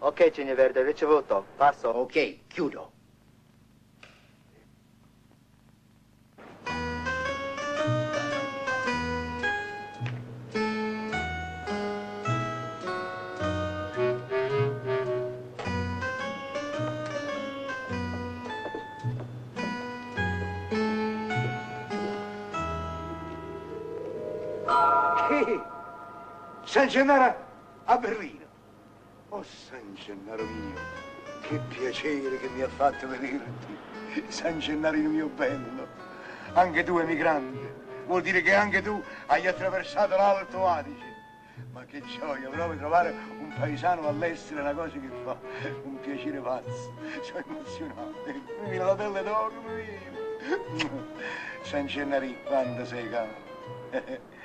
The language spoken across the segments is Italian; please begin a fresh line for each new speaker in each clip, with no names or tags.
Ok, Cineverde, ricevuto. Passo.
Ok, chiudo.
Che? San Gennaro a Berlino. Oh San Gennaro mio, che piacere che mi ha fatto vederti. San Gennarino mio bello, anche tu emigrante. Vuol dire che anche tu hai attraversato l'Alto Adige. Ma che gioia, proprio trovare un paesano all'estero è una cosa che fa un piacere pazzo. Sono emozionato. Mi viene la pelle d'oro, mi viene. San Gennarino, quanto sei caro.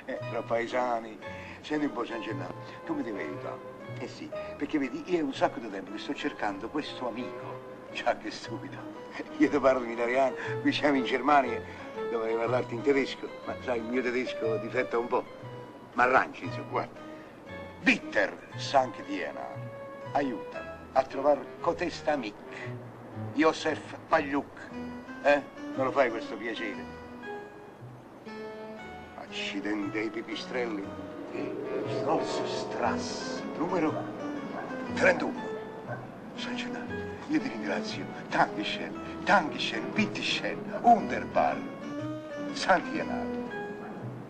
Eh, tra paesani. Senti un po' San Gennaro, tu mi devi aiutare. Eh sì, perché vedi, io è un sacco di tempo che sto cercando questo amico. Già che stupido. Io ti parlo in italiano, qui siamo in Germania, dovrei parlarti in tedesco, ma sai, il mio tedesco difetta un po'. Ma arrangi, insomma, guarda. Bitter Sank Diena, aiutami a trovare cotesta amic. Josef Pagliuc. Eh? Non lo fai questo piacere? Accidenti ai pipistrelli. Stolz Strass, numero 31. San Gennaro, io ti ringrazio. Dankeschön, Dankeschön, Bitteschön, Wunderbar. San Gennaro,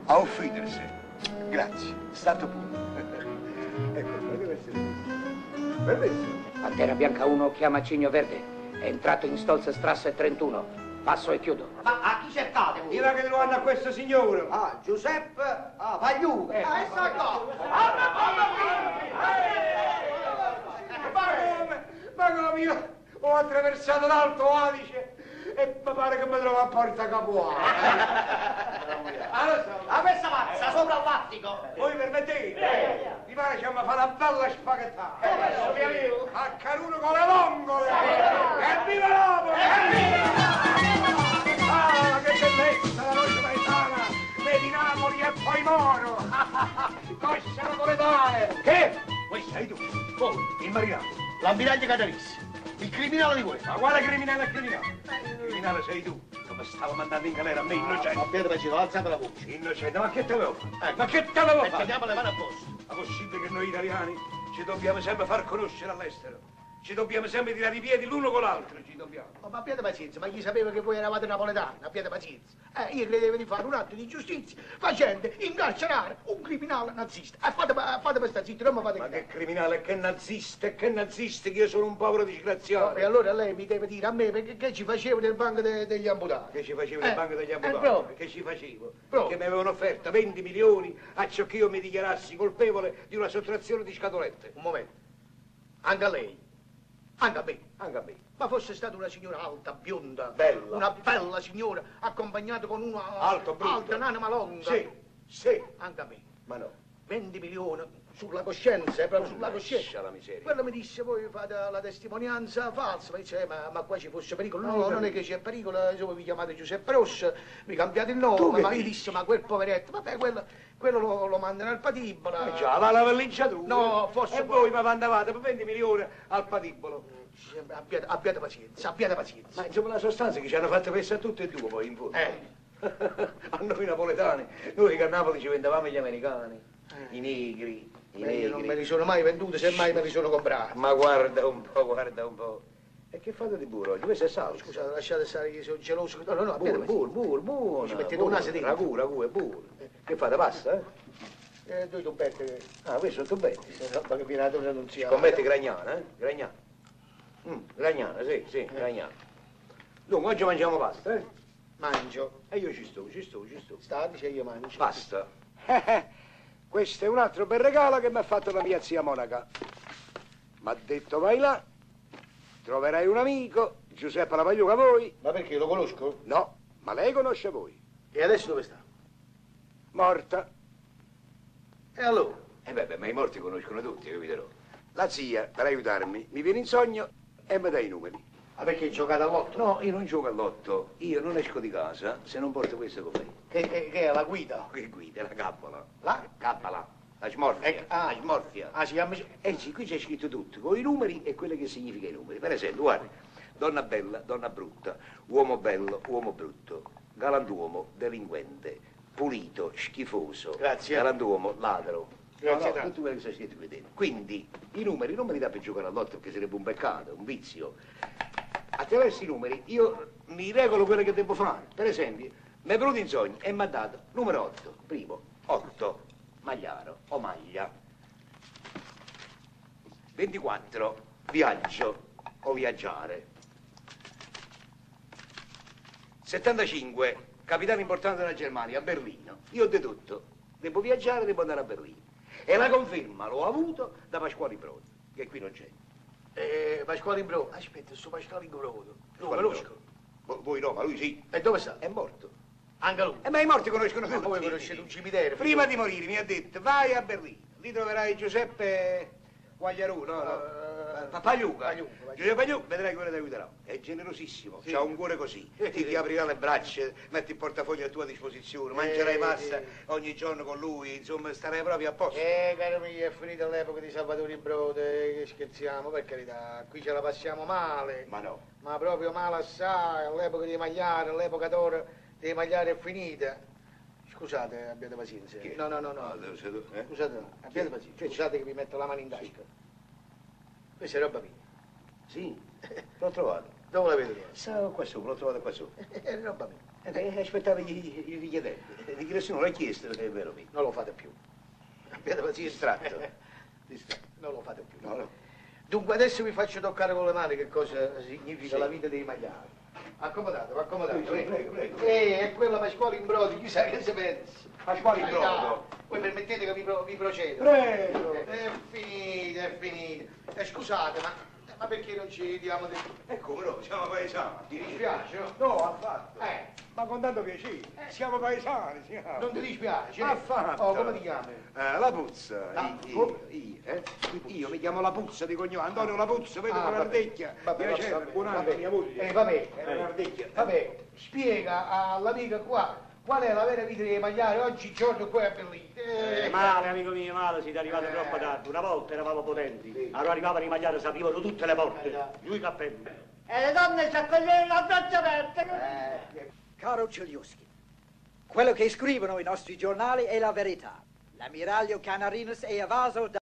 auf Wiedersehen. Grazie, stato pure. ecco, ma deve essere questo. Bellissimo.
Pantera Bianca 1 chiama Cigno Verde. È entrato in Stolzestrasse 31. Passo e chiudo.
Ma a chi cercate voi?
Dirà che lo hanno a questo signore.
Ah, Giuseppe ah, Pagliuca.
Eh.
Ah, e Salgò. Ah, ma
Eh. Ma come? Ma come io ho attraversato l'Alto Adige e mi pare che mi trovo a Porta Capuana. Ah, lo so. Eh.
a Eh. questa mazza, sopra Eh. il lattico.
Voi permettete? Mi pare che mi fa una bella spaghettata.
Eh,
Ah, A Caruno con le vongole! Evviva l'uomo! Ah, che bellezza la voce paesana! Vedi Napoli e poi Moro! Coscia napoletane!
Che? Questo sei tu,
Voi,
il marinaio.
l'ammiraglio Catarisse, il criminale di questo! Ma quale criminale è criminale? Criminale sei tu, come stavo mandando in galera a me,
Ma
innocente!
Pietro Pacino, alzate la voce.
Innocente, ma che te avevo fatto? Eh, Ma che te avevo
E
fatto?
teniamo le mani a posto.
Ma possibile che noi italiani ci dobbiamo sempre far conoscere all'estero? Ci dobbiamo sempre tirare i piedi l'uno con l'altro, ci dobbiamo.
Oh, ma abbiate pazienza, ma chi sapeva che voi eravate napoletani, abbiate pazienza. Eh, io credevo di fare un atto di giustizia facendo incarcerare un criminale nazista. Eh, fate, eh, fate per sta zitti, non mi fate
Ma che
gridare.
criminale, che nazista, che nazista, che io sono un povero
Oh, E
disgraziato.
allora lei mi deve dire a me perché che ci facevo nel banco de- degli amputati.
Che ci facevo il
Eh,
banco degli
eh,
avvocati?
proprio.
Che ci facevo?
Proprio.
Che mi avevano offerto 20 milioni a ciò che io mi dichiarassi colpevole di una sottrazione di scatolette.
Un momento. Anche a lei. Anche a me.
Anche a me.
Ma fosse stata una signora alta, bionda.
Bella.
Una bella signora, accompagnata con una...
Alto, brutto.
Alta, anima longa.
Sì, sì.
Anche a me.
Ma no.
20 milioni sulla coscienza, eh, proprio sulla
Lascia
coscienza.
la miseria.
Quello mi disse, voi fate la testimonianza falsa, ma, dice, ma, ma qua ci fosse pericolo. No, non è che c'è pericolo, eh, insomma, vi chiamate Giuseppe Rosso, mi cambiate il
Tu
nome,
che
ma io
dici?
disse, ma quel poveretto, vabbè, quello, quello lo, lo mandano al patibola.
Ma già, va la valigiatura.
No, forse
E
può-
voi mi mandavate per 20 milioni al patibolo.
Dice, Abbiate, abbiate pazienza, abbiate pazienza.
Ma insomma la sostanza è che ci hanno fatto pensare tutti e due poi in fondo.
Eh.
a noi napoletani, noi che a Napoli ci vendavamo gli americani, i negri, i
Ma Eh, io non me
negri.
li sono mai venduti, semmai me li sono comprati.
Ma guarda un po', guarda un po'. E che fate di burro oggi? Questo è salvo.
Scusate, lasciate stare che sono geloso. No, no, no,
Burro,
abbiate pazienza.
burro, burro, buono.
Ci mettete
buono.
un naso dentro.
Ragù, ragù, è burro. Che fate, pasta, eh?
Eh, due tubette, che-
Ah, questo è tutto bene.
se no, ma che viene la donna non si ama.
Scommetti Gragnana, eh? Gragnana. Mm, Gragnana, sì, sì, Gragnana. Dunque, oggi mangiamo pasta, eh?
Mangio.
E io ci sto, ci sto, ci sto.
Sta, dice io mangio.
Basta. Questo è un altro bel regalo che mi ha fatto la mia zia Monaca. Mi ha detto vai là, troverai un amico, Giuseppe la Pagliuca voi.
Ma perché lo conosco?
No, ma lei conosce voi.
E adesso dove sta?
Morta.
E allora?
E Eh beh, beh, ma i morti conoscono tutti, capiterò. La zia, per aiutarmi, mi viene in sogno e mi dà i numeri.
Ma perché giocate all'otto?
No, io non gioco all'otto, io non esco di casa se non porto questo con me.
Che, che- che è la guida?
Che guida, la cappola.
La?
Cappola. La smorfia.
Ecco,
La smorfia.
Ah, si chiama...
Eh sì, qui c'è scritto tutto, con i numeri e quello che significa i numeri. Per esempio, guarda, donna bella, donna brutta, uomo bello, uomo brutto, galantuomo, delinquente, pulito, schifoso,
Grazie.
galantuomo, ladro.
Grazie
no, no,
tanto.
tutto quello che sta scritto qui dentro. Quindi, i numeri non me li dà per giocare all'otto perché sarebbe un peccato, un vizio. Attraverso i numeri io mi regolo quello che devo fare. Per esempio, mi è venuto in sogno e mi ha dato numero 8, primo, 8, magliaro o maglia. 24, viaggio o viaggiare. 75, capitale importante della Germania, Berlino. Io ho dedotto, devo viaggiare, devo andare a Berlino. E la conferma l'ho avuto da Pasquale Prodi, che qui non c'è.
Eh, Pasquale Imbro. Aspetta, sto Pasquale Imbro. Lo
Pasquale
conosco.
Prodi. Vo- Voi no, ma lui sì.
E dove sta?
È morto.
Anche lui.
E ma i morti conoscono
Ma
tutti.
voi conoscete un cimitero?
Prima di morire mi ha detto, vai a Berlino, lì troverai Giuseppe Guagliaru, no, no,
Eh,
Pa- Pagliuca.
Pagliuca, Pagliuca.
Giuseppe Pagliuca, vedrai quello ti aiuterà. È generosissimo,
Sì.
ha un cuore così.
Eh,
Ti, ti
eh.
aprirà le braccia, metti il portafoglio a tua disposizione,
eh,
mangerai pasta
eh.
ogni giorno con lui, insomma, starai proprio a posto.
Eh, caro mio, è finita l'epoca di Salvatore Imbrode, che scherziamo, per carità, qui ce la passiamo male,
Ma no.
ma proprio male assai, l'epoca di Magliare, l'epoca d'oro dei Magliare è finita. Scusate, abbiate pazienza.
Che?
No, no, no,
Ah,
no.
deve essere- eh?
Scusate, no, abbiate pazienza. Scusate che vi metto la mano in tasca. Questa è roba mia.
Sì, l'ho trovato.
Dove l'avete trovata?
Stavo qua sopra, l'ho trovato qua sopra.
È roba mia.
Eh, beh, aspettavo gli, gli richiedenti, Eh, di che nessuno l'ha chiesto, è vero, mi.
Non lo fate più. Abbiate pazienza.
Distratto. Distratto.
Non lo fate più.
No, no.
Dunque adesso vi faccio toccare con le mani che cosa significa
Sì.
la vita dei maiali. Accomodatevi, accomodatevi.
Prego, prego, prego.
Eh, è quella Pasquale Imbrodi, chissà che si pensa.
Pasquale
Ah,
Imbrodo.
Voi permettete che vi, pro- vi procedo.
Eh,
Prego.
È finita, è finita. Eh, scusate, ma, ma perché non ci diamo del...
E
ecco,
come no, siamo paesani.
Ti dispiace, no?
No, affatto.
Eh,
Ma con tanto piacere, siamo paesani, siamo.
non ti dispiace?
Affatto.
Oh, come ti chiami?
Eh, la puzza.
La-
I-
come?
io, io, eh? Io mi chiamo la puzza di cognome, Antonio la puzza, vedo
Ah,
con
vabbè.
l'ardecchia.
Vabbè,
Piacere,
vabbè,
buon anno,
vabbè.
mia moglie.
Eh, vabbè,
Era un'ardecchia.
Vabbè, spiega all'amica qua qual è la vera vita dei magliari oggigiorno qua a Berlino. Eh,
Eh, male, amico mio, male, siete arrivati
Eh.
troppo tardi. Una volta eravamo potenti, allora arrivavano i magliari, si aprivano tutte le porte,
Eh.
giù i cappelli.
E le donne si accoglierono a braccia aperte.
Caro Cioliuschi, quello che scrivono i nostri giornali è la verità. L'ammiraglio Canarinus è evaso da...